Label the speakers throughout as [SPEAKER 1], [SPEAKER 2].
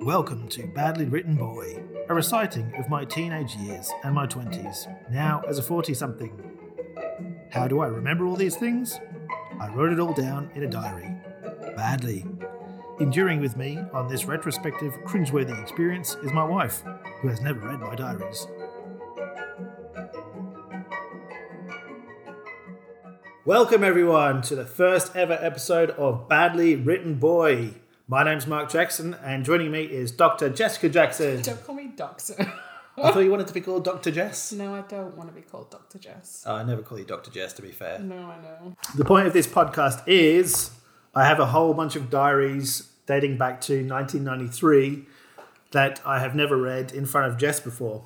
[SPEAKER 1] Welcome to Badly Written Boy, a reciting of my teenage years and my 20s, now as a 40 something. How do I remember all these things? I wrote it all down in a diary. Badly. Enduring with me on this retrospective, cringeworthy experience is my wife, who has never read my diaries. Welcome, everyone, to the first ever episode of Badly Written Boy. My name's Mark Jackson, and joining me is Dr. Jessica Jackson.
[SPEAKER 2] Don't call me Doctor.
[SPEAKER 1] I thought you wanted to be called Dr. Jess.
[SPEAKER 2] no, I don't want to be called Dr. Jess.
[SPEAKER 1] Oh, I never call you Dr. Jess, to be fair.
[SPEAKER 2] No, I know.
[SPEAKER 1] The point of this podcast is I have a whole bunch of diaries dating back to 1993 that I have never read in front of Jess before.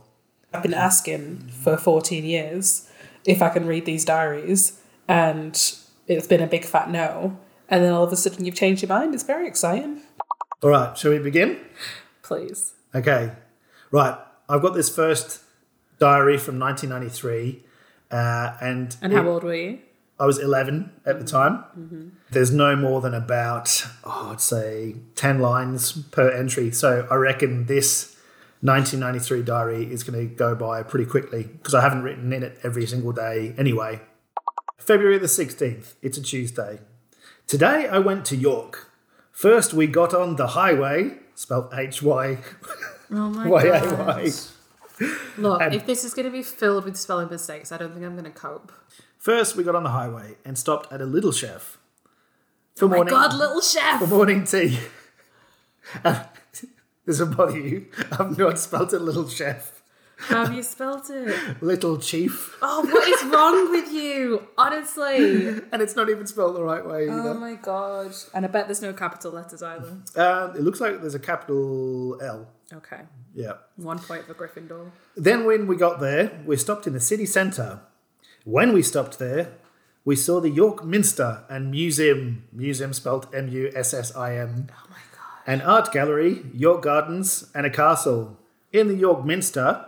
[SPEAKER 2] I've been asking for 14 years if I can read these diaries, and it's been a big fat no. And then all of a sudden you've changed your mind. It's very exciting.
[SPEAKER 1] All right, shall we begin?
[SPEAKER 2] Please.
[SPEAKER 1] Okay. Right, I've got this first diary from 1993. Uh, and
[SPEAKER 2] And how old were you?
[SPEAKER 1] I was 11 at the time.
[SPEAKER 3] Mm-hmm.
[SPEAKER 1] There's no more than about, oh, I'd say 10 lines per entry. So I reckon this 1993 diary is going to go by pretty quickly because I haven't written in it every single day anyway. February the 16th, it's a Tuesday. Today I went to York. First we got on the highway, spelled H Y
[SPEAKER 3] Oh my
[SPEAKER 1] Y A
[SPEAKER 3] god.
[SPEAKER 1] Y.
[SPEAKER 3] Look, if this is going to be filled with spelling mistakes, I don't think I'm going to cope.
[SPEAKER 1] First we got on the highway and stopped at a little chef. For
[SPEAKER 3] Oh My
[SPEAKER 1] morning.
[SPEAKER 3] god, little chef!
[SPEAKER 1] for morning Um, tea. This will bother you. I've not spelt it little chef,
[SPEAKER 3] How have you spelt it?
[SPEAKER 1] little chief,
[SPEAKER 3] Oh, what is wrong with you? Honestly.
[SPEAKER 1] and it's not even spelled the right way
[SPEAKER 3] Oh
[SPEAKER 1] either.
[SPEAKER 3] my god. And I bet there's no capital letters either.
[SPEAKER 1] Uh, it looks like there's a capital L.
[SPEAKER 3] Okay.
[SPEAKER 1] Yeah.
[SPEAKER 3] One point for Gryffindor.
[SPEAKER 1] Then when we got there, we stopped in the city centre. When we stopped there, we saw the York Minster and Museum, museum spelled M U S S I M,
[SPEAKER 3] Oh my god.
[SPEAKER 1] an art gallery, York Gardens, and a castle. In the York Minster,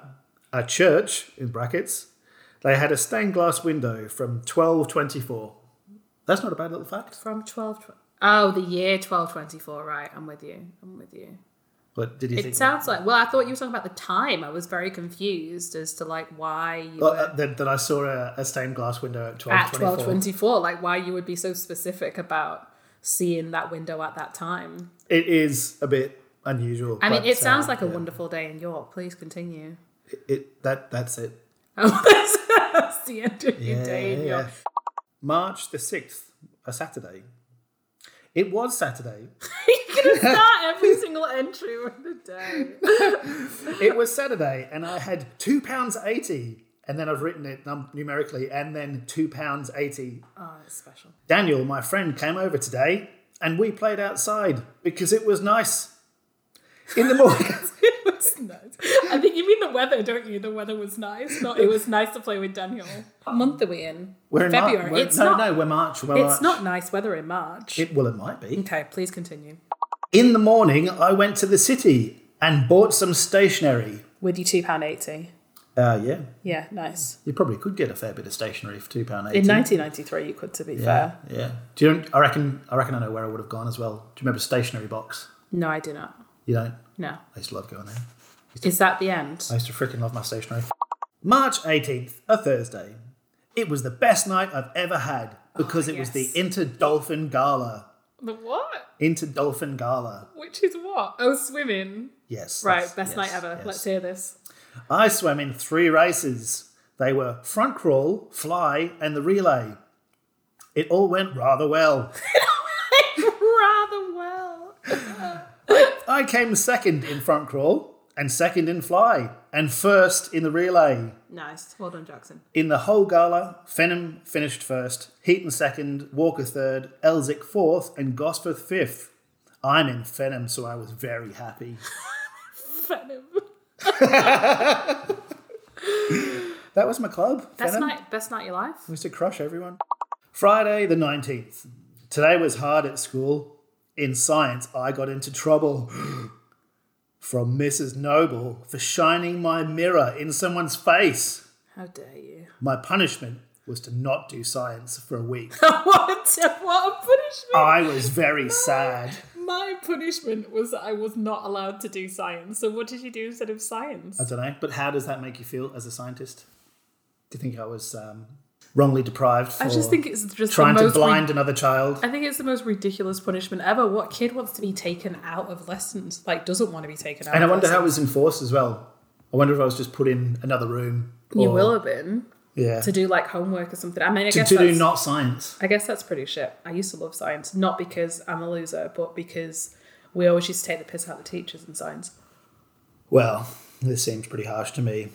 [SPEAKER 1] a church in brackets, they had a stained glass window from 1224. That's not a bad little fact.
[SPEAKER 3] From 12. Tw- oh, the year 1224, right. I'm with you. I'm with you.
[SPEAKER 1] But did you
[SPEAKER 3] It
[SPEAKER 1] think?
[SPEAKER 3] sounds like. Well, I thought you were talking about the time. I was very confused as to like why you
[SPEAKER 1] Well,
[SPEAKER 3] were.
[SPEAKER 1] uh, that, that I saw a, a stained glass window at
[SPEAKER 3] at
[SPEAKER 1] 1224.
[SPEAKER 3] 1224 like why you would be so specific about seeing that window at that time
[SPEAKER 1] It is a bit unusual.
[SPEAKER 3] i mean
[SPEAKER 1] but,
[SPEAKER 3] it sounds
[SPEAKER 1] uh,
[SPEAKER 3] like a
[SPEAKER 1] yeah.
[SPEAKER 3] wonderful day in york please continue
[SPEAKER 1] It, that, that's it.
[SPEAKER 3] Oh, that's, that's the end of your
[SPEAKER 1] Yeah,
[SPEAKER 3] day in
[SPEAKER 1] yeah,
[SPEAKER 3] york
[SPEAKER 1] yeah. March the 6th, a Saturday. It was Saturday.
[SPEAKER 3] you're gonna start every single entry with the day
[SPEAKER 1] it was Saturday, and I had two pounds eighty, and then I've written it num- numerically, and then two pounds eighty.
[SPEAKER 3] oh it's special
[SPEAKER 1] Daniel, my friend, came over today, and we played outside because it was nice. In the morning,
[SPEAKER 3] it was nice i think you mean the weather don't you the weather was nice not it was nice to play with daniel what month are we in
[SPEAKER 1] we're in Mar-
[SPEAKER 3] february
[SPEAKER 1] we're-
[SPEAKER 3] it's
[SPEAKER 1] no,
[SPEAKER 3] not
[SPEAKER 1] no, we're March. We're
[SPEAKER 3] it's
[SPEAKER 1] March.
[SPEAKER 3] not nice weather in march
[SPEAKER 1] It, well, it might be.
[SPEAKER 3] okay please continue
[SPEAKER 1] In the morning, I went to the city and bought some stationery.
[SPEAKER 2] With you £2.80.
[SPEAKER 1] Uh, yeah,
[SPEAKER 2] Yeah, nice.
[SPEAKER 1] you probably could get a fair bit of stationery for two pound eighty.
[SPEAKER 2] In 1993, you could, to be
[SPEAKER 1] yeah,
[SPEAKER 2] fair.
[SPEAKER 1] yeah. Do you? I reckon. I reckon I know where I would have gone as well. Do you remember stationery box?
[SPEAKER 3] no i do not
[SPEAKER 1] You don't.
[SPEAKER 3] no
[SPEAKER 1] I used to love going there.
[SPEAKER 3] is that the end
[SPEAKER 1] I used to freaking love my stationery. March 18th, a Thursday. It was the best night I've ever had because it was
[SPEAKER 3] Oh, yes.
[SPEAKER 1] the Inter Dolphin Gala.
[SPEAKER 3] The what?
[SPEAKER 1] Inter Dolphin Gala.
[SPEAKER 3] Which is what? Oh, swimming.
[SPEAKER 1] Yes.
[SPEAKER 3] Right,
[SPEAKER 1] that's-
[SPEAKER 3] best
[SPEAKER 1] yes,
[SPEAKER 3] night ever.
[SPEAKER 1] yes.
[SPEAKER 3] Let's hear this.
[SPEAKER 1] I swam in three races. They were front crawl, fly, and the relay. It all went rather well.
[SPEAKER 3] Rather well.
[SPEAKER 1] I came second in front crawl and second in fly and first in the relay.
[SPEAKER 3] Nice. Well done, Jackson.
[SPEAKER 1] In the whole gala, Fenham finished first, Heaton second, Walker third, Elzick fourth, and Gosforth fifth. I'm in Fenham, so I was very happy.
[SPEAKER 3] Venom.
[SPEAKER 1] That was my club.
[SPEAKER 3] Best
[SPEAKER 1] Fenham.
[SPEAKER 3] night. Best night of your life.
[SPEAKER 1] We used to crush everyone. Friday the 19th. Today was hard at school. In science, I got into trouble from Mrs. Noble for shining my mirror in someone's face.
[SPEAKER 3] How dare you?
[SPEAKER 1] My punishment was to not do science for a week. Uh,
[SPEAKER 3] what? A, what a punishment!
[SPEAKER 1] I was very sad.
[SPEAKER 3] My punishment was that I was not allowed to do science. So what did you do instead of science?
[SPEAKER 1] I don't know. But how does that make you feel as a scientist? Do you think I was um, wrongly deprived for
[SPEAKER 3] I just think it's just
[SPEAKER 1] trying
[SPEAKER 3] the
[SPEAKER 1] to
[SPEAKER 3] most ri-
[SPEAKER 1] blind another child?
[SPEAKER 3] I think it's the most ridiculous punishment ever. What kid wants to be taken out of lessons? Like doesn't want to be taken out.
[SPEAKER 1] And I
[SPEAKER 3] of
[SPEAKER 1] wonder how it
[SPEAKER 3] lessons.
[SPEAKER 1] was enforced as well. I wonder if I was just put in another room.
[SPEAKER 3] you
[SPEAKER 1] or-
[SPEAKER 3] will have been
[SPEAKER 1] Yeah.
[SPEAKER 3] to do like homework or something. I mean, I
[SPEAKER 1] To,
[SPEAKER 3] guess
[SPEAKER 1] to do
[SPEAKER 3] that's-
[SPEAKER 1] not science.
[SPEAKER 3] I guess that's pretty shit. I used to love science, not because I'm a loser, but because we always used to take the piss out of the teachers in science.
[SPEAKER 1] Well, this seems pretty harsh to me.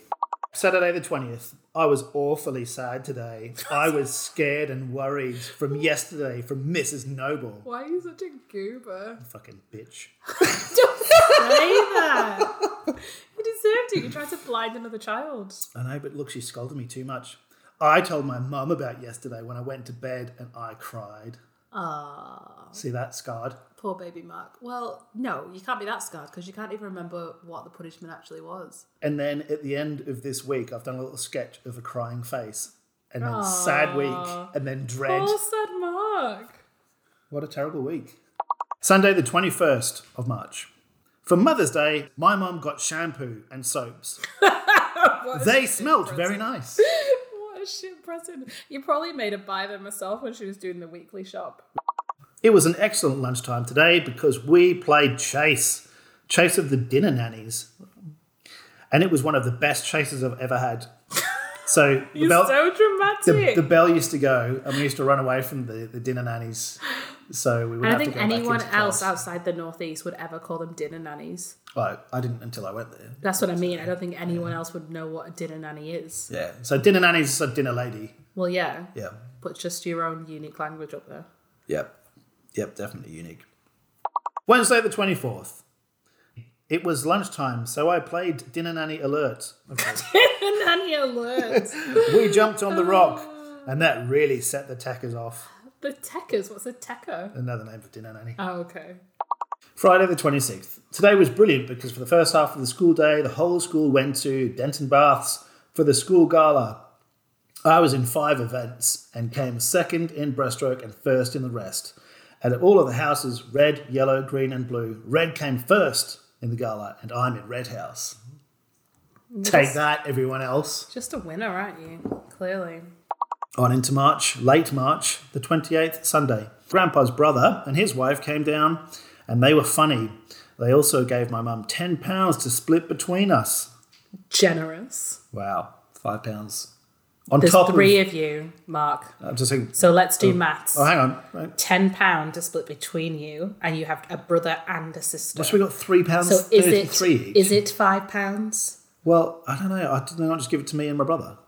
[SPEAKER 1] Saturday the 20th. I was awfully sad today. I was scared and worried from yesterday from Mrs. Noble.
[SPEAKER 3] Why are you such a goober?
[SPEAKER 1] Fucking bitch.
[SPEAKER 3] Don't say that. you deserved it. You tried to blind another child.
[SPEAKER 1] I know, but look, she scolded me too much. I told my mum about yesterday when I went to bed and I cried.
[SPEAKER 3] Ah,
[SPEAKER 1] See that scarred?
[SPEAKER 3] poor baby Mark. Well, no, you can't be that scarred because you can't even remember what the punishment actually was.
[SPEAKER 1] And then at the end of this week, I've done a little sketch of a crying face. And then sad week. And then dread.
[SPEAKER 3] Poor sad Mark.
[SPEAKER 1] What a terrible week. Sunday, the 21st of March. For Mother's Day, my mum got shampoo and soaps. they smelt very nice.
[SPEAKER 3] What a shit present. You probably made her buy them herself when she was doing the weekly shop.
[SPEAKER 1] It was an excellent lunchtime today because we played Chase, Chase of the Dinner Nannies. And it was one of the best chases I've ever had. So the
[SPEAKER 3] You're
[SPEAKER 1] bell,
[SPEAKER 3] so
[SPEAKER 1] the,
[SPEAKER 3] dramatic.
[SPEAKER 1] the bell used to go, and we used to run away from the, the dinner nannies. So we would
[SPEAKER 3] I
[SPEAKER 1] have
[SPEAKER 3] don't think
[SPEAKER 1] to go back
[SPEAKER 3] anyone
[SPEAKER 1] into
[SPEAKER 3] else
[SPEAKER 1] class.
[SPEAKER 3] outside the Northeast would ever call them dinner nannies.
[SPEAKER 1] Well, I didn't until I went there.
[SPEAKER 3] That's what I mean. I don't think anyone else would know what a dinner nanny is.
[SPEAKER 1] Yeah. So dinner nannies is a dinner lady.
[SPEAKER 3] Well, yeah,
[SPEAKER 1] Yeah.
[SPEAKER 3] but just your own unique language up there.
[SPEAKER 1] Yep. Yep, definitely unique. Wednesday the 24th. It was lunchtime, so I played Dinner Nanny Alert.
[SPEAKER 3] Dinner nanny alert.
[SPEAKER 1] We jumped on the rock, and that really set the tackers off.
[SPEAKER 3] the techers. What's a tecker?
[SPEAKER 1] Another name for Dinner Nanny.
[SPEAKER 3] Oh, okay.
[SPEAKER 1] Friday the 26th. Today was brilliant because for the first half of the school day, the whole school went to Denton Baths for the school gala. I was in five events and came second in breaststroke and first in the rest. And at all of the houses, red, yellow, green, and blue, red came first in the gala, and I'm in red house. Take that, everyone else.
[SPEAKER 3] Just a winner, aren't you? Clearly.
[SPEAKER 1] On into March, late March, the 28th, Sunday. Grandpa's brother and his wife came down and they were funny. They also gave my mum £10 to split between us.
[SPEAKER 3] Generous.
[SPEAKER 1] Wow, £5. On
[SPEAKER 3] There's
[SPEAKER 1] top
[SPEAKER 3] three
[SPEAKER 1] of.
[SPEAKER 3] of you, Mark.
[SPEAKER 1] I'm just saying,
[SPEAKER 3] So let's do maths.
[SPEAKER 1] oh, hang on. Right.
[SPEAKER 3] Ten pound to split between you, and you have a brother and a sister.
[SPEAKER 1] So we got £3.33
[SPEAKER 3] So is it
[SPEAKER 1] each.
[SPEAKER 3] is it five pounds?
[SPEAKER 1] well, I don't know. I, did they not just give it to me and my brother?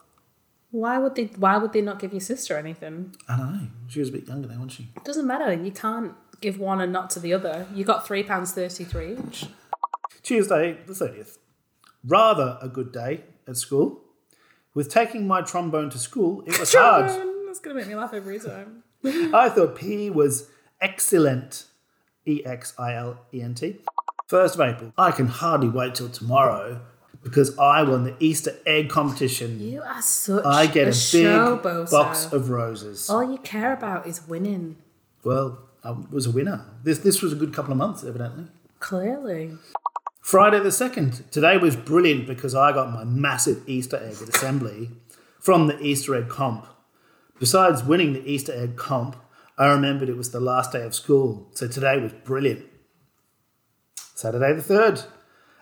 [SPEAKER 3] Why would they? Why would they not give your sister anything?
[SPEAKER 1] I don't know. She was a bit younger then, wasn't she?
[SPEAKER 3] It doesn't matter. You can't give one and not to the other. You got three pounds thirty three each.
[SPEAKER 1] Tuesday, the 30th. Rather a good day at school. With taking my trombone to school, it was hard.
[SPEAKER 3] Children, That's gonna make me laugh every time.
[SPEAKER 1] I thought P was excellent. E X I L E N T. First of April. I can hardly wait till tomorrow because I won the Easter egg competition.
[SPEAKER 3] You are such
[SPEAKER 1] I get a, big
[SPEAKER 3] showboater.
[SPEAKER 1] box of roses.
[SPEAKER 3] All you care about is winning.
[SPEAKER 1] Well, I was a winner. This this was a good couple of months, evidently.
[SPEAKER 3] Clearly,
[SPEAKER 1] Friday the second. Today was brilliant because I got my massive Easter egg at assembly from the Easter egg comp. Besides winning the Easter egg comp, I remembered it was the last day of school, so today was brilliant. Saturday the third.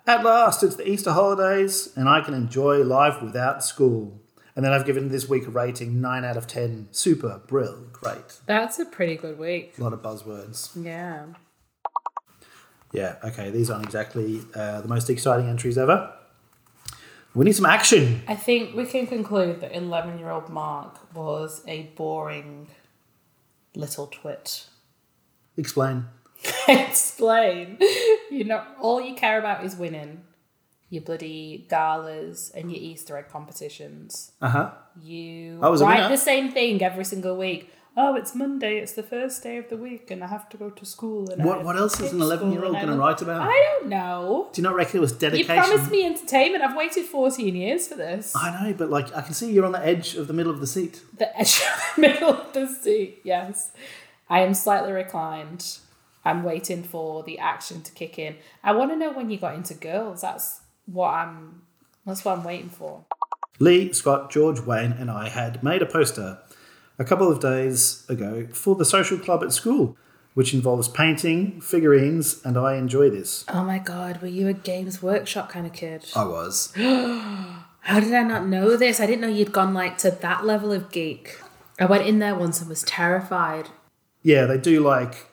[SPEAKER 1] At last, it's the Easter holidays, and I can enjoy life without school. And then I've given this week a rating nine out of ten. Super, brill, great.
[SPEAKER 3] that's a pretty good week.
[SPEAKER 1] A lot of buzzwords.
[SPEAKER 3] Yeah.
[SPEAKER 1] Yeah, okay, these aren't exactly uh, the most exciting entries ever. We need some action.
[SPEAKER 2] I think we can conclude that 11 year old Mark was a boring little twit.
[SPEAKER 1] Explain.
[SPEAKER 2] Explain. You know, all you care about is winning your bloody galas and your Easter egg competitions.
[SPEAKER 1] Uh huh.
[SPEAKER 2] You
[SPEAKER 1] I was a
[SPEAKER 2] write
[SPEAKER 1] winner.
[SPEAKER 2] the same thing every single week. Oh, it's Monday, it's the first day of the week, and I have to go to school. And I
[SPEAKER 1] What,
[SPEAKER 2] have
[SPEAKER 1] what else is an
[SPEAKER 2] kids'
[SPEAKER 1] 11 year old
[SPEAKER 2] school,
[SPEAKER 1] going
[SPEAKER 2] and
[SPEAKER 1] to
[SPEAKER 2] I-
[SPEAKER 1] write about?
[SPEAKER 2] I don't know.
[SPEAKER 1] Do you not reckon it was
[SPEAKER 2] You
[SPEAKER 1] dedication?
[SPEAKER 2] promised me entertainment. I've waited 14 years for this.
[SPEAKER 1] I know, but like, I can see you're on the edge of the middle of the seat.
[SPEAKER 2] the edge of the middle of the seat. Yes, I am slightly reclined.
[SPEAKER 3] I'm waiting for the action to kick in. I want to know when you got into girls. That's what I'm. That's what I'm waiting for.
[SPEAKER 1] Lee, Scott, George, Wayne, and I had made a poster a couple of days ago for the social club at school, which involves painting, figurines, and I enjoy this.
[SPEAKER 3] Oh my god, were you a games workshop kind of kid?
[SPEAKER 1] I was.
[SPEAKER 3] How did I not know this? I didn't know you'd gone like to that level of geek. I went in there once and was terrified.
[SPEAKER 1] Yeah, they do like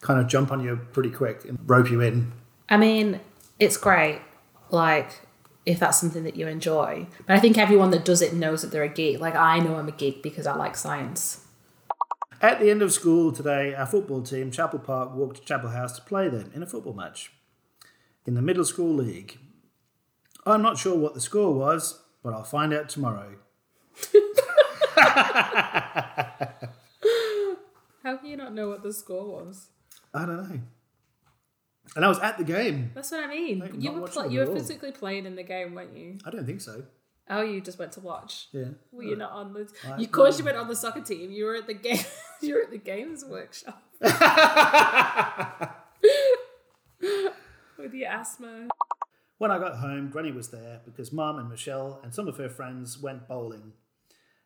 [SPEAKER 1] kind of jump on you pretty quick and rope you in.
[SPEAKER 3] I mean, it's great, like if that's something that you enjoy. But I think everyone that does it knows that they're a geek. Like I know I'm a geek because I like science.
[SPEAKER 1] At the end of school today, our football team, Chapel Park, walked to Chapel House to play them in a football match in the middle school league. I'm not sure what the score was, but I'll find out tomorrow.
[SPEAKER 3] How can you not know what the score was?
[SPEAKER 1] I don't know. And I was at the game.
[SPEAKER 3] That's what I mean.
[SPEAKER 1] I'm not watching them at all.
[SPEAKER 3] playing in the game, weren't you?
[SPEAKER 1] I don't think so.
[SPEAKER 3] Oh, you just went to watch.
[SPEAKER 1] Yeah.
[SPEAKER 3] Well, you're not on the.
[SPEAKER 1] I-
[SPEAKER 3] you, of course, you went on the soccer team. You were at the game. you were at the games workshop with your asthma.
[SPEAKER 1] When I got home, Granny was there because Mum and Michelle and some of her friends went bowling.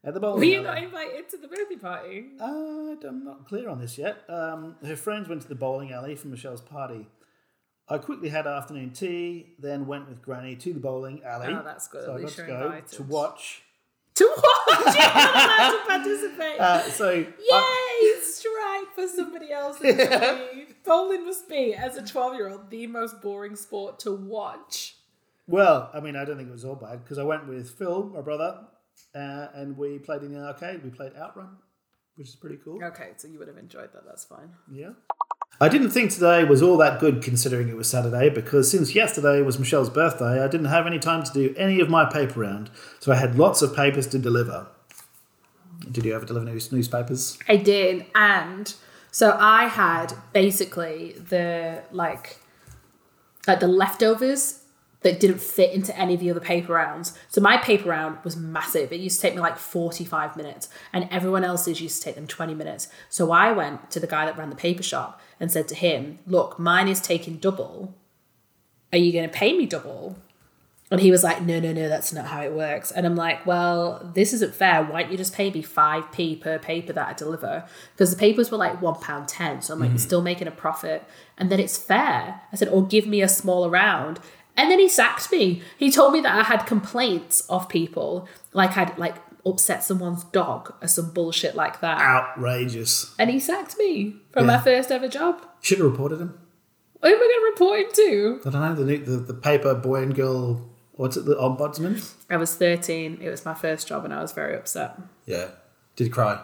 [SPEAKER 1] At the bowling
[SPEAKER 3] Were you
[SPEAKER 1] alley-
[SPEAKER 3] not invited to the birthday party?
[SPEAKER 1] Uh, I'm not clear on this yet. Um, her friends went to the bowling alley for Michelle's party. I quickly had afternoon tea, then went with Granny to the bowling alley.
[SPEAKER 3] Oh, that's good. At
[SPEAKER 1] So I got
[SPEAKER 3] least
[SPEAKER 1] to
[SPEAKER 3] you're
[SPEAKER 1] go
[SPEAKER 3] invited.
[SPEAKER 1] to watch.
[SPEAKER 3] To watch. You're not allowed to participate.
[SPEAKER 1] Uh, so I-
[SPEAKER 3] Yay! Strike for somebody else's journey. Bowling must be, as a 12 year old, the most boring sport to watch.
[SPEAKER 1] well, I mean, I don't think it was all bad because I went with Phil, my brother, uh, and we played in the arcade. We played Outrun, which is pretty cool.
[SPEAKER 3] Okay, so you would have enjoyed that. That's fine.
[SPEAKER 1] Yeah. I didn't think today was all that good considering it was Saturday because since yesterday was Michelle's birthday, I didn't have any time to do any of my paper round, so I had lots of papers to deliver. Did you ever deliver news- newspapers?
[SPEAKER 3] I did, and so I had basically the like like the leftovers that didn't fit into any of the other paper rounds. So my paper round was massive. It used to take me like 45 minutes, and everyone else's used to take them 20 minutes. So I went to the guy that ran the paper shop and said to him, Look, mine is taking double. Are you going to pay me double? And he was like, No, no, no, that's not how it works. And I'm like, Well, this isn't fair. Why don't you just pay me 5p per paper that I deliver? Because the papers were like £1.10. So I'm like, You're still making a profit. And then it's fair. I said, Or give me a smaller round. And then he sacked me. He told me that I had complaints of people, like I'd like upset someone's dog or some bullshit like that.
[SPEAKER 1] Outrageous.
[SPEAKER 3] And he sacked me from
[SPEAKER 1] Ah. Yeah.
[SPEAKER 3] my first ever job.
[SPEAKER 1] Should have reported them.
[SPEAKER 3] Who am I going to report him to?
[SPEAKER 1] I don't know, the, new, the, the paper boy and girl, what's it, the ombudsman?
[SPEAKER 3] I was 13. It was my first job, and I was very upset.
[SPEAKER 1] Yeah. Did you cry?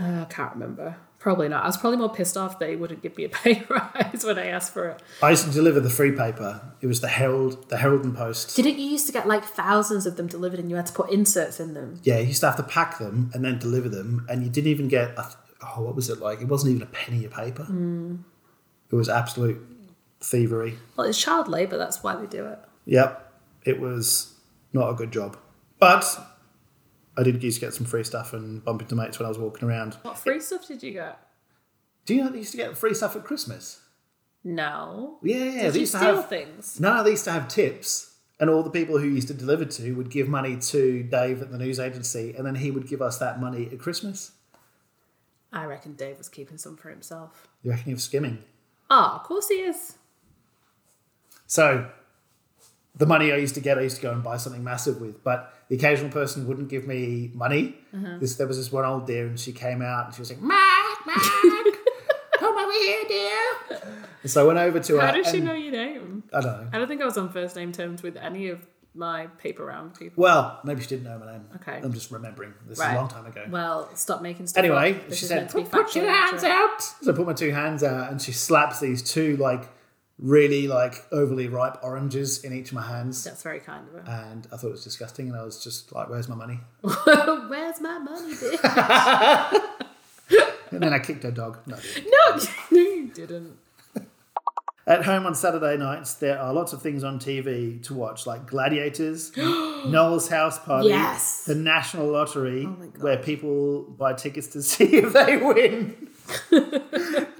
[SPEAKER 3] Uh, I can't remember. Probably not. I was probably more pissed off they wouldn't give me a pay rise when I asked for it.
[SPEAKER 1] I used to deliver the free paper. It was the Herald, the Herald and Post.
[SPEAKER 3] Didn't you used to get like thousands of them delivered and you had to put inserts in them?
[SPEAKER 1] Yeah, you used to have to pack them and then deliver them, and you didn't even get. A, oh, what was it like? It wasn't even a penny a paper.
[SPEAKER 3] Hmm.
[SPEAKER 1] It was absolute thievery.
[SPEAKER 3] Well, it's child labour. That's why they do it.
[SPEAKER 1] Yep, it was not a good job. But I did used to get some free stuff and bump into mates when I was walking around.
[SPEAKER 3] What free stuff did you get?
[SPEAKER 1] Do you know they used to get free stuff at Christmas?
[SPEAKER 3] No.
[SPEAKER 1] Yeah, yeah.
[SPEAKER 3] Did
[SPEAKER 1] they
[SPEAKER 3] you
[SPEAKER 1] used to
[SPEAKER 3] steal
[SPEAKER 1] have,
[SPEAKER 3] things?
[SPEAKER 1] No, they used to have tips, and all the people who used to deliver to would give money to Dave at the news agency, and then he would give us that money at Christmas.
[SPEAKER 3] I reckon Dave was keeping some for himself.
[SPEAKER 1] You reckon he was skimming?
[SPEAKER 3] Ah, of course he is.
[SPEAKER 1] So the money I used to get, I used to go and buy something massive with, but the occasional person wouldn't give me money. This, there was this one old dear, and she came out and she was like, Mark, Mark, come over here, dear. And so I went over to her.
[SPEAKER 2] How does she
[SPEAKER 1] and-
[SPEAKER 2] know your name?
[SPEAKER 1] I don't know.
[SPEAKER 2] I don't think I was on first name terms with any of my paper round people.
[SPEAKER 1] Well, maybe she didn't know my name.
[SPEAKER 2] Okay.
[SPEAKER 1] I'm just remembering. This is
[SPEAKER 2] Right.
[SPEAKER 1] a long time ago.
[SPEAKER 3] Well, stop making stuff.
[SPEAKER 1] anyway,
[SPEAKER 3] up. This
[SPEAKER 1] she
[SPEAKER 3] is
[SPEAKER 1] said,
[SPEAKER 3] meant to be
[SPEAKER 1] "Put- Put your
[SPEAKER 3] factually
[SPEAKER 1] hands
[SPEAKER 3] accurate."
[SPEAKER 1] out. So I put my two hands out, and she slaps these two, like, really, like, overly ripe oranges in each of my hands.
[SPEAKER 3] That's very kind of her.
[SPEAKER 1] And I thought it was disgusting, and I was just like, where's my money?
[SPEAKER 3] Where's my money, bitch?
[SPEAKER 1] And then I kicked her dog. No, I didn't.
[SPEAKER 3] No, no, you didn't.
[SPEAKER 1] At home on Saturday nights, there are lots of things on TV to watch, like Gladiators, Noel's House Party,
[SPEAKER 3] Yes. Oh
[SPEAKER 1] the National Lottery,
[SPEAKER 3] my God.
[SPEAKER 1] where people buy tickets to see if they win.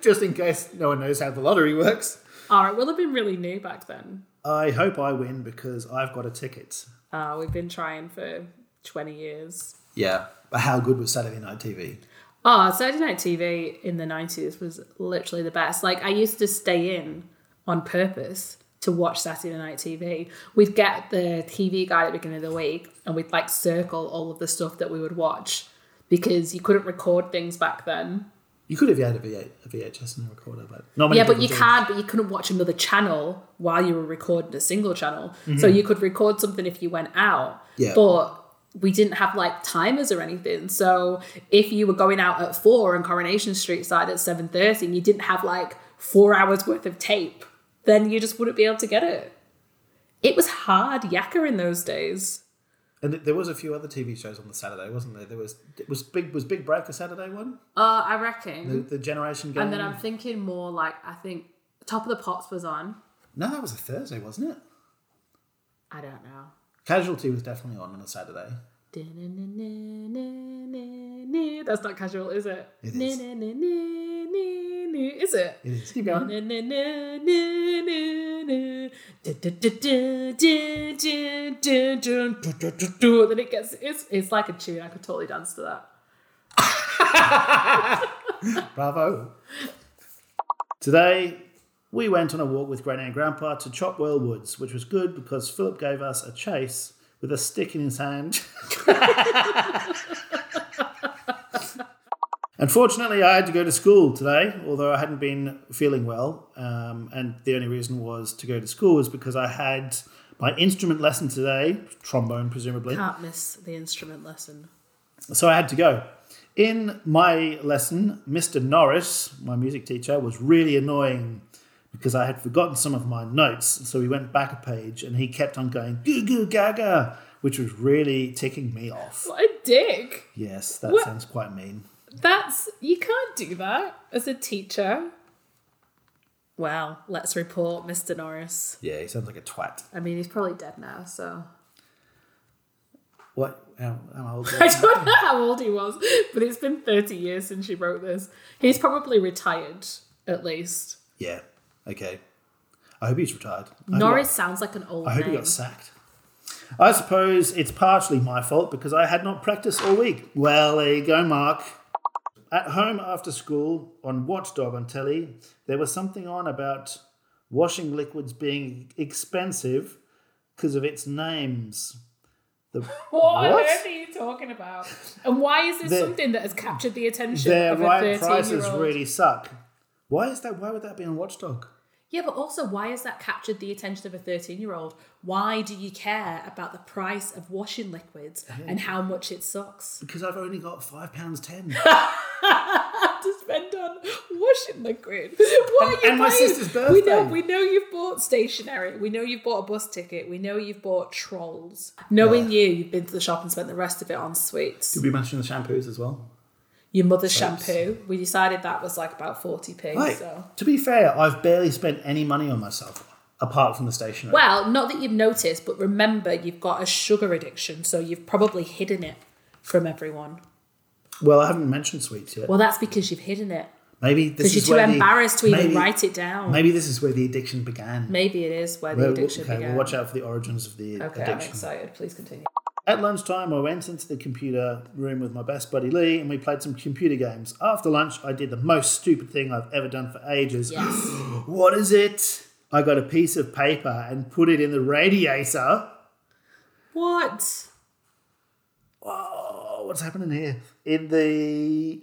[SPEAKER 1] just in case no one knows how the lottery works.
[SPEAKER 3] All right, we'll have been really new back then.
[SPEAKER 1] I hope I win because I've got a ticket.
[SPEAKER 3] Uh, we've been trying for 20 years.
[SPEAKER 1] Yeah. But how good was Saturday Night TV?
[SPEAKER 3] Oh, Saturday Night TV in the 90s was literally the best. Like, I used to stay in on purpose to watch Saturday Night TV. We'd get the TV guide at the beginning of the week and we'd like circle all of the stuff that we would watch because you couldn't record things back then.
[SPEAKER 1] You could have had a, V8, a VHS and a recorder, but not many
[SPEAKER 3] yeah, but
[SPEAKER 1] people
[SPEAKER 3] you
[SPEAKER 1] do.
[SPEAKER 3] can, but you couldn't watch another channel while you were recording a single channel. So you could record something if you went out.
[SPEAKER 1] Yeah.
[SPEAKER 3] But we didn't have like timers or anything. So if you were going out at four and Coronation Street started at seven thirty and you didn't have like four hours worth of tape, then you just wouldn't be able to get it. It was hard yakka in those days.
[SPEAKER 1] And th- there was a few other TV shows on the Saturday, wasn't there? There was was big was Big Break a Saturday one?
[SPEAKER 3] Uh, I
[SPEAKER 1] The,
[SPEAKER 3] reckon.
[SPEAKER 1] the Generation Game.
[SPEAKER 3] And then I'm thinking more like I think Top of the Pops was on.
[SPEAKER 1] no, that was a Thursday, wasn't it?
[SPEAKER 3] I don't know.
[SPEAKER 1] Casualty was definitely on on a Saturday.
[SPEAKER 3] That's not casual, is it?
[SPEAKER 1] It
[SPEAKER 3] is. Is it?
[SPEAKER 1] It is. Keep going.
[SPEAKER 3] Then it gets it's it's like a tune. I could totally dance to that.
[SPEAKER 1] Bravo. Today, we went on a walk with Granny and Grandpa to Chopwell Woods, which was good because Philip gave us a chase with a stick in his hand. Unfortunately, I had to go to school today, although I hadn't been feeling well. Um, and the only reason was to go to school was because I had my instrument lesson today, trombone presumably.
[SPEAKER 3] Can't miss the instrument lesson.
[SPEAKER 1] So I had to go. In my lesson, Mr. Norris, my music teacher, was really annoying because I had forgotten some of my notes. So we went back a page and he kept on going goo goo gaga, which was really ticking me off.
[SPEAKER 3] What a dick!
[SPEAKER 1] Yes, that
[SPEAKER 3] What?
[SPEAKER 1] sounds quite mean.
[SPEAKER 3] That's you can't do that as a teacher. Well, let's report Mr. Norris.
[SPEAKER 1] Yeah, he sounds like a twat.
[SPEAKER 3] I mean, he's probably dead now, so
[SPEAKER 1] What? How, how old?
[SPEAKER 3] I don't know how old he was, but it's been 30 years since she wrote this. He's probably retired, at least.
[SPEAKER 1] yeah. Okay. I hope he's retired. I hope he
[SPEAKER 3] Norris sounds like an old
[SPEAKER 1] I hope he
[SPEAKER 3] name.
[SPEAKER 1] got sacked. I suppose it's partially my fault because I had not practiced all week. Well, there you go, Mark. At home after school on Watchdog on telly, there was something on about washing liquids being expensive because of its names. The,
[SPEAKER 3] What, on
[SPEAKER 1] What?
[SPEAKER 3] earth are you talking about? And why is this
[SPEAKER 1] They're-
[SPEAKER 3] something that has captured the attention
[SPEAKER 1] their
[SPEAKER 3] of a
[SPEAKER 1] right
[SPEAKER 3] 13 year
[SPEAKER 1] prices
[SPEAKER 3] old?
[SPEAKER 1] really suck. Why is that? Why would that be on Watchdog?
[SPEAKER 3] Yeah, but also, why has that captured the attention of a 13 year old? Why do you care about the price of washing liquids and how much it sucks
[SPEAKER 1] Because I've only got five pounds ten.
[SPEAKER 3] to spend on washing liquid? What
[SPEAKER 1] And-
[SPEAKER 3] are you
[SPEAKER 1] and my
[SPEAKER 3] buying?
[SPEAKER 1] sister's
[SPEAKER 3] We know,
[SPEAKER 1] birthday.
[SPEAKER 3] we know you've bought stationery. We know you've bought a bus ticket. We know you've bought trolls. Knowing you, you've been to the shop and spent the rest of it on sweets.
[SPEAKER 1] Did we mention the shampoos as well?
[SPEAKER 3] Your mother's shampoo. We decided that was like about 40p.
[SPEAKER 1] Right.
[SPEAKER 3] So.
[SPEAKER 1] To be fair, I've barely spent any money on myself apart from the stationery.
[SPEAKER 3] Well, not that you've noticed, but remember you've got a sugar addiction, so you've probably hidden it from everyone.
[SPEAKER 1] Well, I haven't mentioned sweets yet.
[SPEAKER 3] Well, that's because you've hidden it.
[SPEAKER 1] maybe this
[SPEAKER 3] Because
[SPEAKER 1] is
[SPEAKER 3] you're
[SPEAKER 1] where
[SPEAKER 3] too
[SPEAKER 1] the-
[SPEAKER 3] embarrassed to even
[SPEAKER 1] maybe-
[SPEAKER 3] write it down.
[SPEAKER 1] Maybe
[SPEAKER 3] Maybe,
[SPEAKER 1] this is where the addiction began.
[SPEAKER 3] it is where the
[SPEAKER 1] Well,
[SPEAKER 3] addiction
[SPEAKER 1] okay,
[SPEAKER 3] began.
[SPEAKER 1] well, watch out for the origins of the
[SPEAKER 3] okay, I'm
[SPEAKER 1] addiction.
[SPEAKER 3] excited. Please continue.
[SPEAKER 1] At lunchtime, I went into the computer room with my best buddy Lee, and we played some computer games. After lunch, I did the most stupid thing I've ever done for ages.
[SPEAKER 3] Yes.
[SPEAKER 1] What is it? I got a piece of paper and put it in the radiator.
[SPEAKER 3] what?
[SPEAKER 1] oh, what's happening here in the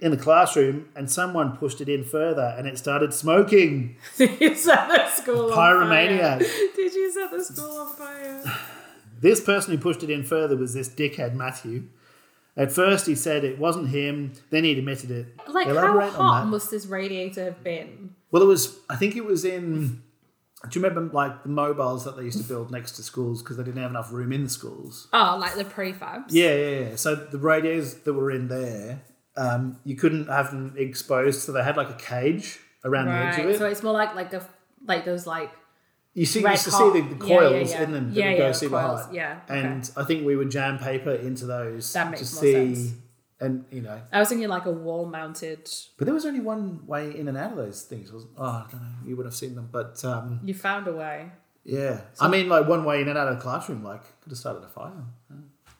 [SPEAKER 1] in the classroom and someone pushed it in further and it started smoking
[SPEAKER 3] you set the school on
[SPEAKER 1] Pyromaniac.
[SPEAKER 3] fire. Did you set the school on fire?
[SPEAKER 1] this person who pushed it in further was this dickhead matthew at first he said it wasn't him then he admitted it
[SPEAKER 3] Like,
[SPEAKER 1] Elaborate
[SPEAKER 3] how
[SPEAKER 1] on
[SPEAKER 3] hot
[SPEAKER 1] that.
[SPEAKER 3] must this radiator have been?
[SPEAKER 1] well it was i think it was in do you remember like the mobiles that they used to build next to schools because they didn't have enough room in the schools
[SPEAKER 3] Oh, like the prefabs.
[SPEAKER 1] yeah yeah yeah so the radios that were in there um, you couldn't have them exposed so they had like a cage around the edge of
[SPEAKER 3] Right.
[SPEAKER 1] it
[SPEAKER 3] So it's more like like a like those like
[SPEAKER 1] You see, you
[SPEAKER 3] Red
[SPEAKER 1] used to
[SPEAKER 3] hot.
[SPEAKER 1] see the, the
[SPEAKER 3] Yeah, yeah,
[SPEAKER 1] coils
[SPEAKER 3] yeah.
[SPEAKER 1] in them that
[SPEAKER 3] Yeah,
[SPEAKER 1] would go
[SPEAKER 3] yeah,
[SPEAKER 1] super
[SPEAKER 3] coils,
[SPEAKER 1] hot.
[SPEAKER 3] yeah, okay.
[SPEAKER 1] And I think we would jam paper into those
[SPEAKER 3] That makes
[SPEAKER 1] to
[SPEAKER 3] more
[SPEAKER 1] see
[SPEAKER 3] sense.
[SPEAKER 1] And you know,
[SPEAKER 3] I was thinking like a wall mounted.
[SPEAKER 1] but there was only one way in and out of those things. Was oh, I don't know. You would have seen them, but um,
[SPEAKER 3] You found a way.
[SPEAKER 1] yeah. I mean, like one way in and out of the classroom. Like could have started a fire.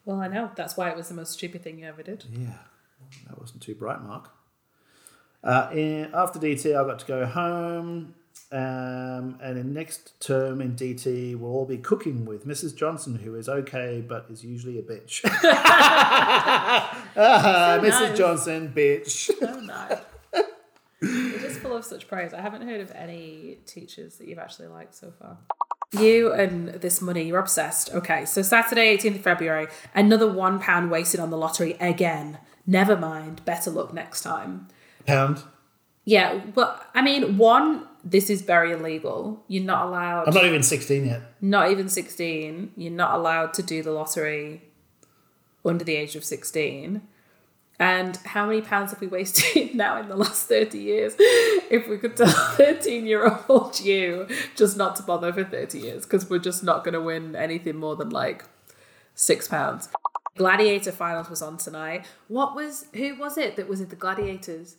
[SPEAKER 3] Well, I know. That's why it was the most stupid thing you ever did.
[SPEAKER 1] Yeah, that wasn't too bright, Mark. Uh, in, after DT, I got to go home, um, and in next term in DT, we'll all be cooking with Mrs. Johnson, who is okay but is usually a bitch. Ah, Mrs.
[SPEAKER 3] nice.
[SPEAKER 1] Johnson, bitch.
[SPEAKER 3] Oh no. It is full of such praise. I haven't heard of any teachers that you've actually liked so far. You and this money, you're obsessed. Okay, so Saturday, 18th of February, another one pound wasted on the lottery again. Never mind, better luck next time.
[SPEAKER 1] Pound.
[SPEAKER 3] Yeah, well, I mean, one, this is very illegal. You're not allowed,
[SPEAKER 1] I'm not even 16 yet.
[SPEAKER 3] not even 16, you're not allowed to do the lottery under the age of 16. And how many pounds have we wasted now in the last 30 years? If we could tell 13 year old you just not to bother for 30 years because we're just not going to win anything more than like six pounds. Gladiator finals was on tonight. What was, who was it that was in the Gladiators?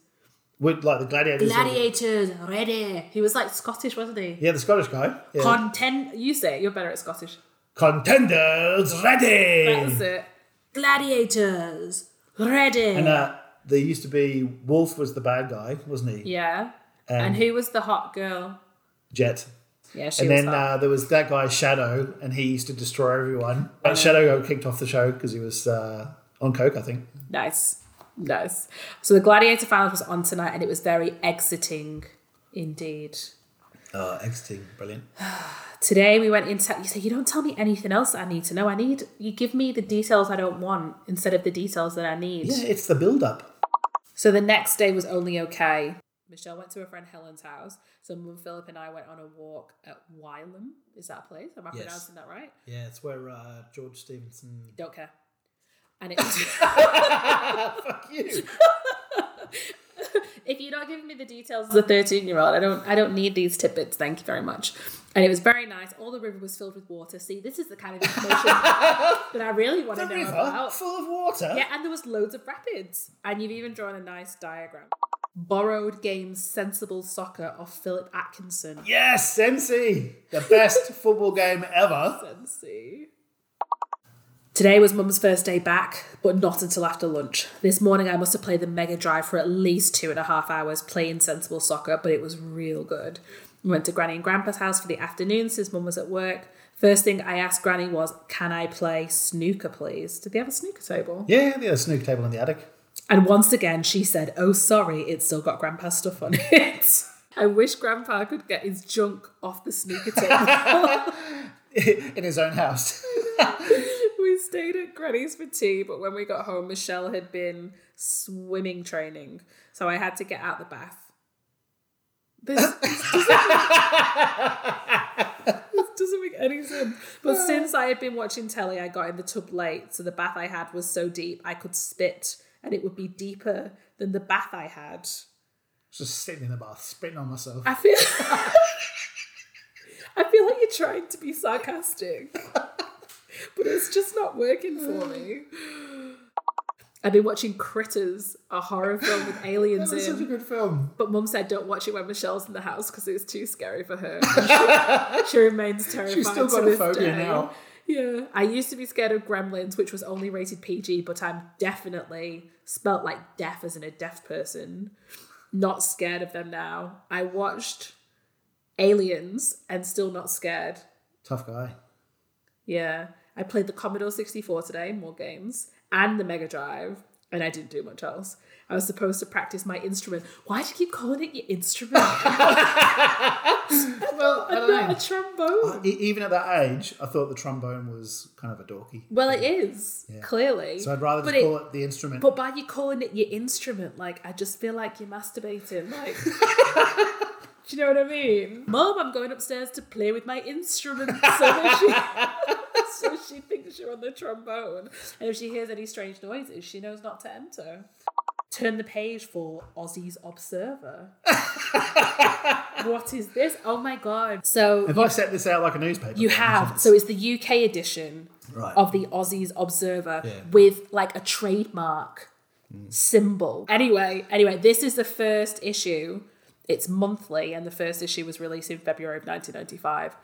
[SPEAKER 1] With like the gladiators.
[SPEAKER 3] Gladiators, ready. He was like Scottish, wasn't he?
[SPEAKER 1] Yeah, the Scottish guy. Yeah.
[SPEAKER 3] Content. You say it, you're better at Scottish.
[SPEAKER 1] Contenders
[SPEAKER 3] That
[SPEAKER 1] ready.
[SPEAKER 3] was it. Gladiators, ready.
[SPEAKER 1] And uh, there used to be Wolf was the bad guy, wasn't he?
[SPEAKER 3] yeah. and who was the hot girl?
[SPEAKER 1] Jet.
[SPEAKER 3] Yeah, she
[SPEAKER 1] And
[SPEAKER 3] was
[SPEAKER 1] then
[SPEAKER 3] hot.
[SPEAKER 1] uh, there was that guy Shadow, and he used to destroy everyone. But Shadow got kicked off the show because he was uh, on coke, I think.
[SPEAKER 3] nice, nice. So the gladiator finals was on tonight, and it was very exiting, indeed.
[SPEAKER 1] Oh, exiting, brilliant.
[SPEAKER 3] Today we went into. You say you don't tell me anything else that I need to know. I need you give me the details I don't want instead of the details that I need.
[SPEAKER 1] Yeah, it's the build-up.
[SPEAKER 3] So the next day was only okay. Michelle went to her friend Helen's house. So Mum Philip and I went on a walk at Wylam. Is that a place? Am I
[SPEAKER 1] Yes.
[SPEAKER 3] pronouncing that right?
[SPEAKER 1] Yeah, it's where uh, George Stevenson.
[SPEAKER 3] Don't care. And it was,
[SPEAKER 1] Fuck you.
[SPEAKER 3] if you're not giving me the details as a 13 year old, I don't I don't need these tidbits. Thank you very much. And it was very nice. All the river was filled with water. See, this is the kind of information that I really want
[SPEAKER 1] The
[SPEAKER 3] to know
[SPEAKER 1] river
[SPEAKER 3] about.
[SPEAKER 1] full of water.
[SPEAKER 3] Yeah, and there was loads of rapids. And you've even drawn a nice diagram. Borrowed games sensible soccer of Philip Atkinson.
[SPEAKER 1] Yes, Sensi, the best football game ever.
[SPEAKER 3] Sensi. Today was Mum's first day back, but not until after lunch. This morning I must have played the Mega Drive for at least two and a half hours playing sensible soccer, but it was real good. We went to Granny and Grandpa's house for the afternoon since Mum was at work. First thing I asked Granny was, Can I play snooker, please? Did they have a snooker table?
[SPEAKER 1] Yeah, the snook table in the attic.
[SPEAKER 3] And once again, she said, Oh, sorry, it's still got Grandpa's stuff on it. I wish Grandpa could get his junk off the snooker table.
[SPEAKER 1] in his own house.
[SPEAKER 3] we stayed at Granny's for tea, but when we got home, Michelle had been swimming training, so I had to get out the bath. This, this, doesn't, this doesn't make any sense. But since I had been watching telly, I got in the tub late, so the bath I had was so deep I could spit, and it would be deeper than the bath I had.
[SPEAKER 1] Just sitting in the bath, spitting on myself.
[SPEAKER 3] I feel. I feel like you're trying to be sarcastic, but it's just not working for me. I've been watching Critters, a horror film with
[SPEAKER 1] That
[SPEAKER 3] aliens
[SPEAKER 1] was such a
[SPEAKER 3] in.
[SPEAKER 1] good film.
[SPEAKER 3] But mum said don't watch it when Michelle's in the house because it's too scary for her. And she, she remains terrified.
[SPEAKER 1] She's still got
[SPEAKER 3] to
[SPEAKER 1] a
[SPEAKER 3] this
[SPEAKER 1] phobia
[SPEAKER 3] day.
[SPEAKER 1] now.
[SPEAKER 3] Yeah. I used to be scared of gremlins, which was only rated PG, but I'm definitely spelt like deaf as in a deaf person. Not scared of them now. I watched Aliens and still not scared.
[SPEAKER 1] Tough guy.
[SPEAKER 3] Yeah. I played the Commodore 64 today, more games, and the Mega Drive, and I didn't do much else. I was supposed to practice my instrument. Why do you keep calling it your instrument?
[SPEAKER 1] Well, I
[SPEAKER 3] I'm
[SPEAKER 1] don't know.
[SPEAKER 3] not a trombone.
[SPEAKER 1] E- even at that age, I thought the trombone was kind of a dorky.
[SPEAKER 3] Well, it is, clearly.
[SPEAKER 1] So I'd rather just
[SPEAKER 3] But it-
[SPEAKER 1] call it the instrument.
[SPEAKER 3] But by you calling it your instrument, like I just feel like you're masturbating. Like, do you know what I mean? Mom, I'm going upstairs to play with my instrument. So that she, so she thinks you're on the trombone, and if she hears any strange noises, she knows not to enter. Turn the page for Aussie's Observer. what is this? Oh my god! So
[SPEAKER 1] If I set this out like a newspaper,
[SPEAKER 3] you
[SPEAKER 1] that makes
[SPEAKER 3] have
[SPEAKER 1] sense.
[SPEAKER 3] so it's the UK edition
[SPEAKER 1] Right.
[SPEAKER 3] of the Aussies Observer
[SPEAKER 1] Yeah.
[SPEAKER 3] with like a trademark symbol. Anyway, anyway, this is the first issue. It's monthly, and the first issue was released in February of 1995.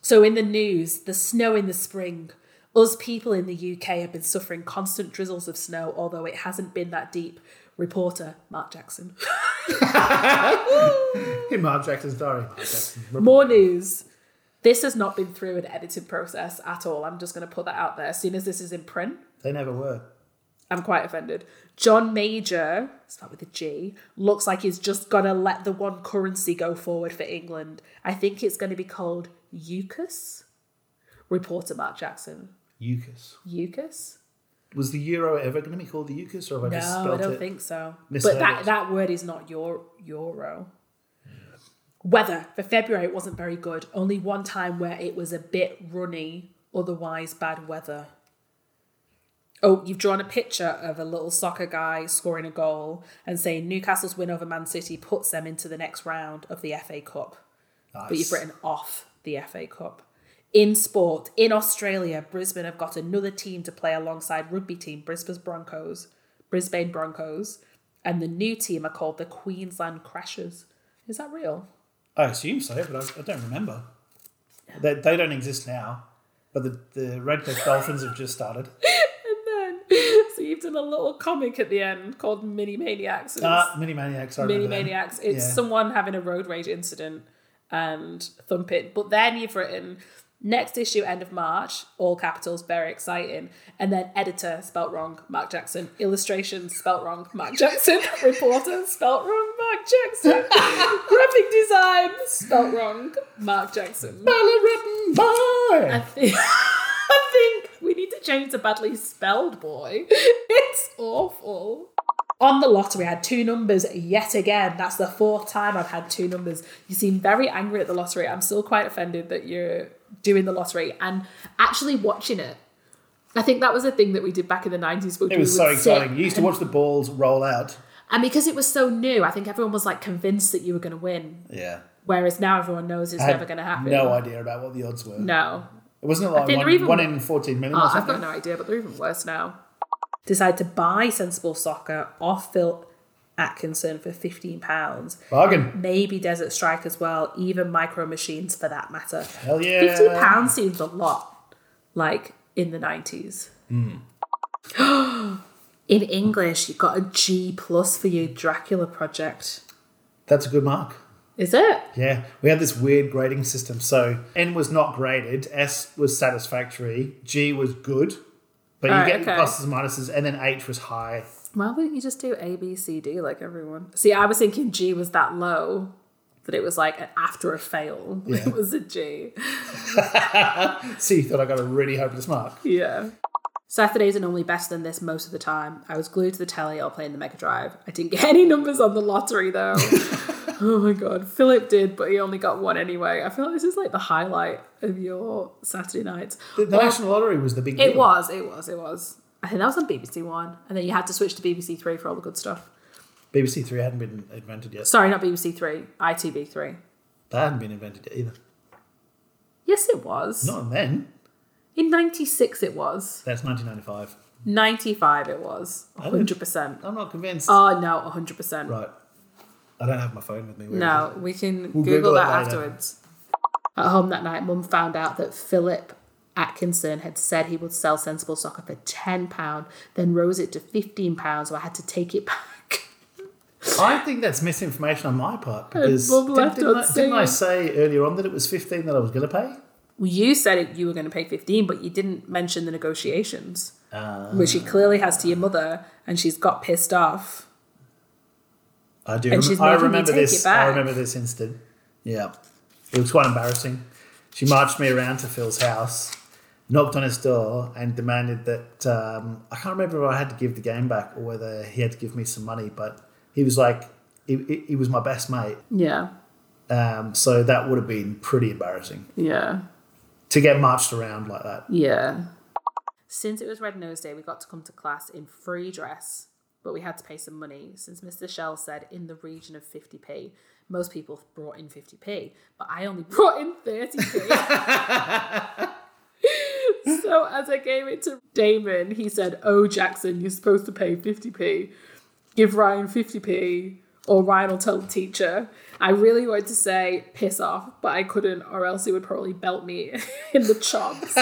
[SPEAKER 3] So, in the news, the snow in the spring. Us people in the UK have been suffering constant drizzles of snow, although it hasn't been that deep. Reporter Mark Jackson.
[SPEAKER 1] In Mark Jackson's diary. Mark Jackson.
[SPEAKER 3] More news. This has not been through an editing process at all. I'm just going to put that out there. As soon as this is in print,
[SPEAKER 1] They never were.
[SPEAKER 3] I'm quite offended. John Major, start with a G, looks like he's just gonna let the one currency go forward for England. I think it's gonna be called UCAS. Reporter Mark Jackson.
[SPEAKER 1] Eucus.
[SPEAKER 3] UCAS?
[SPEAKER 1] Was the euro ever going to be called the Eucus, or have I
[SPEAKER 3] No,
[SPEAKER 1] just
[SPEAKER 3] I
[SPEAKER 1] spelled
[SPEAKER 3] don't
[SPEAKER 1] it?
[SPEAKER 3] think so.
[SPEAKER 1] Misheard
[SPEAKER 3] But that,
[SPEAKER 1] it.
[SPEAKER 3] that word is not your euro. Weather for February it wasn't very good. Only one time where it was a bit runny, otherwise bad weather. Oh, you've drawn a picture of a little soccer guy scoring a goal and saying Newcastle's win over Man City puts them into the next round of the FA Cup but you've
[SPEAKER 1] Nice.
[SPEAKER 3] written off the FA Cup. In sport, in Australia, Brisbane have got another team to play alongside rugby team Brisbane Broncos, Brisbane Broncos, and the new team are called the Queensland Crashers. Is that real?
[SPEAKER 1] I assume so, but I, I don't remember. They, they don't exist now, but the, the Redcliffe Dolphins have just started.
[SPEAKER 3] And then, so you've done a little comic at the end called Mini Maniacs. and it's-
[SPEAKER 1] Ah, Mini Maniacs. I
[SPEAKER 3] Mini
[SPEAKER 1] remember them.
[SPEAKER 3] Maniacs. It's
[SPEAKER 1] Yeah.
[SPEAKER 3] someone having a road rage incident and thump it. But then you've written next issue, end of March, all capitals, very exciting. And then editor, spelt wrong, Mark Jackson. Illustrations, spelt wrong, Mark Jackson. Reporter, spelt wrong, Mark Jackson. Graphic design, spelt wrong, Mark Jackson.
[SPEAKER 1] Badly written boy.
[SPEAKER 3] I think, I think we need to change to badly spelled boy. It's awful. On the lottery, I had two numbers yet again. That's the fourth time I've had two numbers. You seem very angry at the lottery. I'm still quite offended that you're doing the lottery and actually watching it. I think that was a thing that we did back in the 90s. where
[SPEAKER 1] It
[SPEAKER 3] we
[SPEAKER 1] was so
[SPEAKER 3] would sit
[SPEAKER 1] exciting. You used to
[SPEAKER 3] and-
[SPEAKER 1] watch the balls roll out.
[SPEAKER 3] And because it was so new, I think everyone was like convinced that you were going to win.
[SPEAKER 1] Yeah.
[SPEAKER 3] Whereas now everyone knows it's
[SPEAKER 1] I had
[SPEAKER 3] never going to happen.
[SPEAKER 1] No idea about what the odds were.
[SPEAKER 3] No.
[SPEAKER 1] It wasn't like
[SPEAKER 3] think
[SPEAKER 1] one,
[SPEAKER 3] they're even-
[SPEAKER 1] one in 14 million
[SPEAKER 3] Oh,
[SPEAKER 1] or
[SPEAKER 3] I've got
[SPEAKER 1] something.
[SPEAKER 3] no idea, but they're even worse now. Decide to buy Sensible Soccer off Phil Atkinson for £15.
[SPEAKER 1] Bargain.
[SPEAKER 3] Maybe Desert Strike as well, even Micro Machines for that matter.
[SPEAKER 1] Hell yeah.
[SPEAKER 3] £50 seems a lot, like in the 90s. in English, you got a G plus for your Dracula project.
[SPEAKER 1] That's a good mark.
[SPEAKER 3] Is it?
[SPEAKER 1] Yeah, we had this weird grading system. So N was not graded, S was satisfactory, G was good, but you
[SPEAKER 3] Alright,
[SPEAKER 1] get
[SPEAKER 3] okay.
[SPEAKER 1] pluses and minuses, and then H was high.
[SPEAKER 3] Why wouldn't you just do A, B, C, D like everyone? See, I was thinking G was that low that it was like an after a fail.
[SPEAKER 1] Yeah.
[SPEAKER 3] It was a G.
[SPEAKER 1] See, you thought I got a really hopeless mark.
[SPEAKER 3] Yeah. Saturdays are normally better than this most of the time. I was glued to the telly or playing the Mega Drive. I didn't get any numbers on the lottery though. oh my god. Philip did, but he only got one anyway. I feel like this is like the highlight of your Saturday nights.
[SPEAKER 1] The, the National Lottery was the big
[SPEAKER 3] It
[SPEAKER 1] deal.
[SPEAKER 3] was, it was, it was. I think that was on BBC One. And then you had to switch to BBC Three for all the good stuff.
[SPEAKER 1] BBC Three hadn't been invented yet.
[SPEAKER 3] Sorry, not BBC Three, ITV Three.
[SPEAKER 1] They hadn't been invented yet either.
[SPEAKER 3] Yes, it was.
[SPEAKER 1] Not then.
[SPEAKER 3] In 96, it was.
[SPEAKER 1] That's 1995.
[SPEAKER 3] 95, it was.
[SPEAKER 1] I don't-
[SPEAKER 3] 100%.
[SPEAKER 1] I'm not convinced.
[SPEAKER 3] Oh, no, 100%.
[SPEAKER 1] right. I don't have my phone with me. Where is
[SPEAKER 3] No, we can Google,
[SPEAKER 1] Google it
[SPEAKER 3] that
[SPEAKER 1] later.
[SPEAKER 3] afterwards. At home that night, Mum found out that Philip Atkinson had said he would sell Sensible Soccer for £10, then rose it to £15, so I had to take it back.
[SPEAKER 1] it? I think that's misinformation on my part because
[SPEAKER 3] Bob
[SPEAKER 1] didn't,
[SPEAKER 3] left
[SPEAKER 1] didn't
[SPEAKER 3] on
[SPEAKER 1] I, didn't I
[SPEAKER 3] singing.
[SPEAKER 1] say earlier on that it was 15 that I was going to pay?
[SPEAKER 3] Well, you said it, you were going to pay 15 but you didn't mention the negotiations,
[SPEAKER 1] Uh,
[SPEAKER 3] which he clearly has to your mother, and she's got pissed off.
[SPEAKER 1] I do.
[SPEAKER 3] And
[SPEAKER 1] rem-
[SPEAKER 3] she's
[SPEAKER 1] I
[SPEAKER 3] making me
[SPEAKER 1] remember
[SPEAKER 3] take
[SPEAKER 1] this.
[SPEAKER 3] it back.
[SPEAKER 1] I remember this instant. Yeah, it was quite embarrassing. She marched me around to Phil's house, knocked on his door, and demanded that um, I can't remember if I had to give the game back or whether he had to give me some money. But he was like, he, he- he was my best mate,
[SPEAKER 3] Yeah,
[SPEAKER 1] um, so that would have been pretty embarrassing
[SPEAKER 3] yeah.
[SPEAKER 1] to get marched around like that.
[SPEAKER 3] Yeah. Since it was Red Nose Day, we got to come to class in free dress, but we had to pay some money since Mr. Shell said in the region of 50p. Most people brought in 50p, but I only brought in 30p. So as I gave it to Damon, he said, Oh, Jackson, you're supposed to pay 50p. Give Ryan 50p, or Ryan will tell the teacher. I really wanted to say, piss off, but I couldn't, or else he would probably belt me in the chops.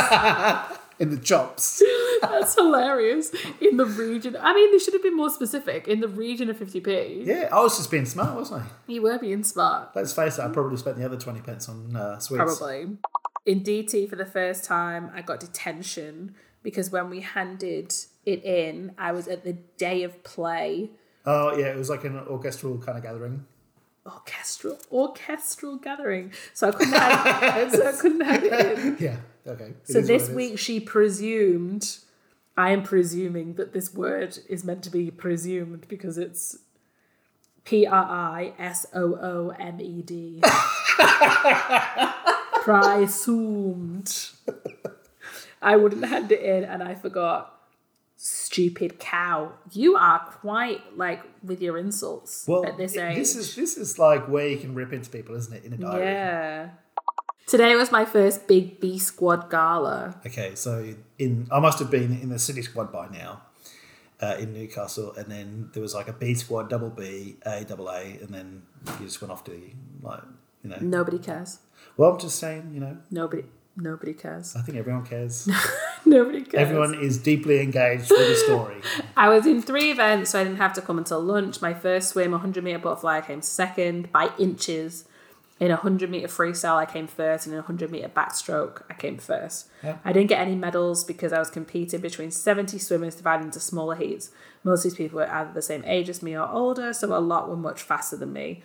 [SPEAKER 1] in the chops.
[SPEAKER 3] That's hilarious. In the region. I mean, they should have been more specific. In the region of 50p.
[SPEAKER 1] Yeah, I was just being smart, wasn't I?
[SPEAKER 3] You were being smart,
[SPEAKER 1] Let's face it, I probably spent the other 20 pence on uh, sweets.
[SPEAKER 3] probably. In DT for the first time, I got detention because when we handed it in, I was at the day of play.
[SPEAKER 1] Oh, yeah, it was like an orchestral kind of gathering.
[SPEAKER 3] orchestral orchestral gathering. So I couldn't have, so I couldn't have it in.
[SPEAKER 1] Yeah, okay. it
[SPEAKER 3] So
[SPEAKER 1] is what
[SPEAKER 3] this
[SPEAKER 1] it is.
[SPEAKER 3] week she presumed I am presuming that this word is meant to be presumed because it's P R I S O O M E D. Presumed. I wouldn't hand it in and I forgot. Stupid cow. You are quite like with your insults
[SPEAKER 1] Well,
[SPEAKER 3] at this
[SPEAKER 1] it-
[SPEAKER 3] age.
[SPEAKER 1] this is this is like where you can rip into people, isn't it? In a diary.
[SPEAKER 3] Yeah. Today was my first big B squad gala.
[SPEAKER 1] Okay, so in I must have been in the city squad by now, uh, in Newcastle, and then there was like a B squad, double B, A, double A, and then you just went off to like you know.
[SPEAKER 3] Nobody cares.
[SPEAKER 1] Well, I'm just saying, you know,
[SPEAKER 3] Nobody nobody cares.
[SPEAKER 1] I think everyone cares.
[SPEAKER 3] Nobody cares.
[SPEAKER 1] everyone is deeply engaged with the story.
[SPEAKER 3] I was in three events, so I didn't have to come until lunch. My first swim, 100 meter butterfly, I came second by inches. In a 100 meter freestyle, I came first, and in a 100 meter backstroke, I came first.
[SPEAKER 1] Yeah.
[SPEAKER 3] I didn't get any medals because I was competing between 70 swimmers divided into smaller heats. Most of these people were either the same age as me or older, so a lot were much faster than me.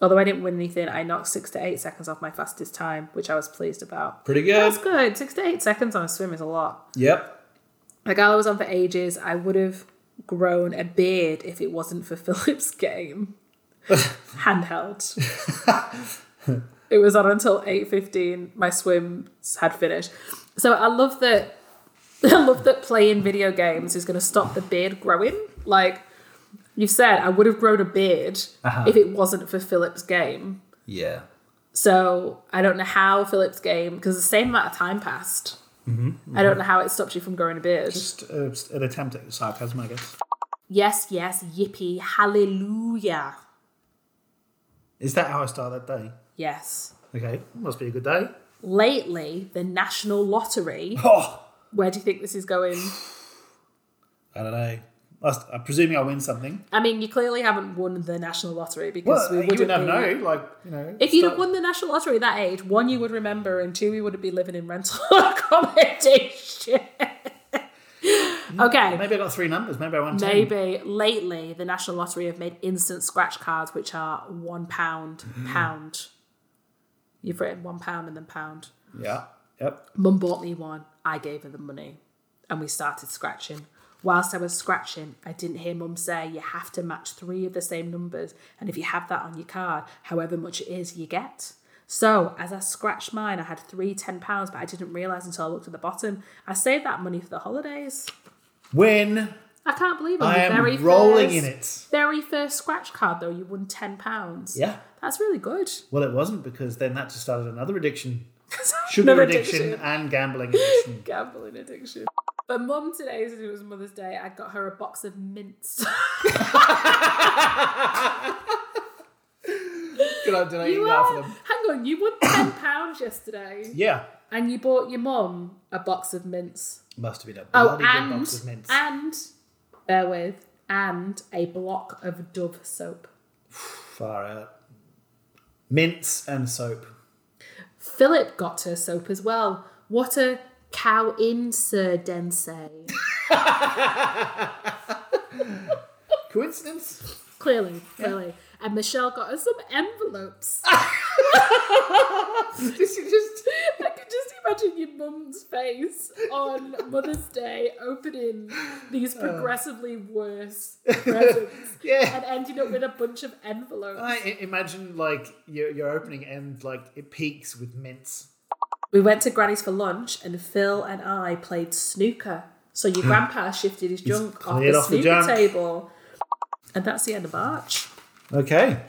[SPEAKER 3] Although I didn't win anything, I knocked six to eight seconds off my fastest time, which I was pleased about.
[SPEAKER 1] Pretty good.
[SPEAKER 3] That's good. Six to eight seconds on a swim is a lot.
[SPEAKER 1] Yep.
[SPEAKER 3] The gala was on for ages. I would have grown a beard if it wasn't for Philip's game. Handheld. it was on until 8.15. My swims had finished. So I love that I love that playing video games is gonna stop the beard growing. Like you've said, I would have grown a beard
[SPEAKER 1] Uh-huh.
[SPEAKER 3] if it wasn't for Philip's game.
[SPEAKER 1] Yeah.
[SPEAKER 3] So I don't know how Philip's game because the same amount of time passed. I don't know how it stopped you from growing a beard.
[SPEAKER 1] Just uh, just an attempt at sarcasm, I guess.
[SPEAKER 3] Yes, yes, yippee, hallelujah.
[SPEAKER 1] Is that how I start that day?
[SPEAKER 3] Yes.
[SPEAKER 1] Okay, must be a good day.
[SPEAKER 3] Lately, the national lottery.
[SPEAKER 1] Oh,
[SPEAKER 3] Where do you think this is going?
[SPEAKER 1] I don't know. Must, I'm presuming I win something.
[SPEAKER 3] I mean, you clearly haven't won the national lottery because
[SPEAKER 1] Well,
[SPEAKER 3] we
[SPEAKER 1] you would
[SPEAKER 3] wouldn't
[SPEAKER 1] not
[SPEAKER 3] be-
[SPEAKER 1] know, like you know.
[SPEAKER 3] If you'd
[SPEAKER 1] start-
[SPEAKER 3] have won the national lottery at that age, one, you would remember, and two, we wouldn't be living in rental accommodation. okay.
[SPEAKER 1] Mm, Maybe I got three numbers. Maybe I won ten.
[SPEAKER 3] Maybe lately the national lottery have made instant scratch cards, which are one pound,
[SPEAKER 1] Mm.
[SPEAKER 3] pound. You've written one pound and then pound.
[SPEAKER 1] Yeah. Yep.
[SPEAKER 3] Mum bought me one. I gave her the money, and we started scratching. Whilst I was scratching, I didn't hear Mum say you have to match three of the same numbers, and if you have that on your card, however much it is, you get. So as I scratched mine, I had three ten pounds, but I didn't realise until I looked at the bottom. I saved that money for the holidays.
[SPEAKER 1] When
[SPEAKER 3] I can't believe it.
[SPEAKER 1] I
[SPEAKER 3] Your
[SPEAKER 1] am
[SPEAKER 3] very
[SPEAKER 1] rolling
[SPEAKER 3] first-
[SPEAKER 1] in it.
[SPEAKER 3] Very first scratch card though, you won ten pounds.
[SPEAKER 1] Yeah.
[SPEAKER 3] That's really good.
[SPEAKER 1] Well, it wasn't because then that just started another addiction. Sugar
[SPEAKER 3] Another
[SPEAKER 1] addiction, and gambling addiction.
[SPEAKER 3] Gambling addiction. But mum today, since it was Mother's Day, I got her a box of mints.
[SPEAKER 1] Good on donating
[SPEAKER 3] you
[SPEAKER 1] now
[SPEAKER 3] are,
[SPEAKER 1] for them.
[SPEAKER 3] hang on, you won ten pounds yesterday,
[SPEAKER 1] Yeah.
[SPEAKER 3] and you bought your mum a box of mints.
[SPEAKER 1] Must have been a
[SPEAKER 3] Oh,
[SPEAKER 1] bloody
[SPEAKER 3] and
[SPEAKER 1] good box of mints.
[SPEAKER 3] and bear with, and a block of Dove soap.
[SPEAKER 1] Far out. Mints and soap.
[SPEAKER 3] Philip got her soap as well. What a cow in Sir Dense.
[SPEAKER 1] Coincidence?
[SPEAKER 3] Clearly, clearly. And Michelle got us some envelopes.
[SPEAKER 1] this is just.
[SPEAKER 3] I can just imagine your mum's face on Mother's Day opening these
[SPEAKER 1] Uh.
[SPEAKER 3] progressively worse presents
[SPEAKER 1] Yeah.
[SPEAKER 3] and ending up with a bunch of envelopes.
[SPEAKER 1] I i- imagine like you're, you're opening and like it peaks with mints.
[SPEAKER 3] We went to Granny's for lunch, and Phil and I played snooker. So your grandpa shifted his junk off
[SPEAKER 1] Hmm. cleared
[SPEAKER 3] the
[SPEAKER 1] off the
[SPEAKER 3] snooker
[SPEAKER 1] junk.
[SPEAKER 3] table, and that's the end of March.
[SPEAKER 1] Okay.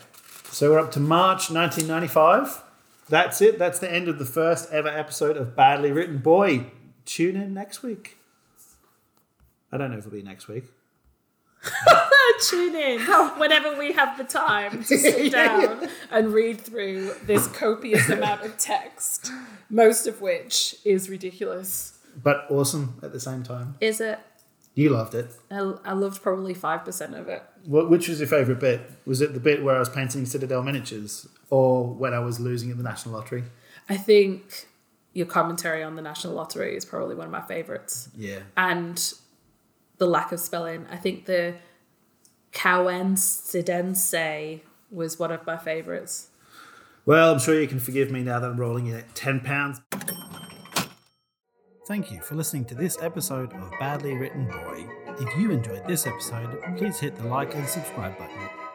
[SPEAKER 1] So we're up to March 1995. That's it. That's the end of the first ever episode of Badly Written Boy. tune in next week. I don't know if it'll be next week.
[SPEAKER 3] Tune in whenever we have the time to sit down and read through this copious amount of text, most of which is ridiculous.
[SPEAKER 1] But awesome at the same time.
[SPEAKER 3] Is it?
[SPEAKER 1] You loved it.
[SPEAKER 3] I, I loved probably 5% of it.
[SPEAKER 1] What, which was your favourite bit? Was it the bit where I was painting Citadel miniatures or when I was losing at the National Lottery?
[SPEAKER 3] I think your commentary on the National Lottery is probably one of my favourites.
[SPEAKER 1] Yeah.
[SPEAKER 3] And the lack of spelling. I think the Cowensidense was one of my favourites.
[SPEAKER 1] Well, I'm sure you can forgive me now that I'm rolling in at £10. Thank you for listening to this episode of Badly Written Boy. If you enjoyed this episode, please hit the like and subscribe button.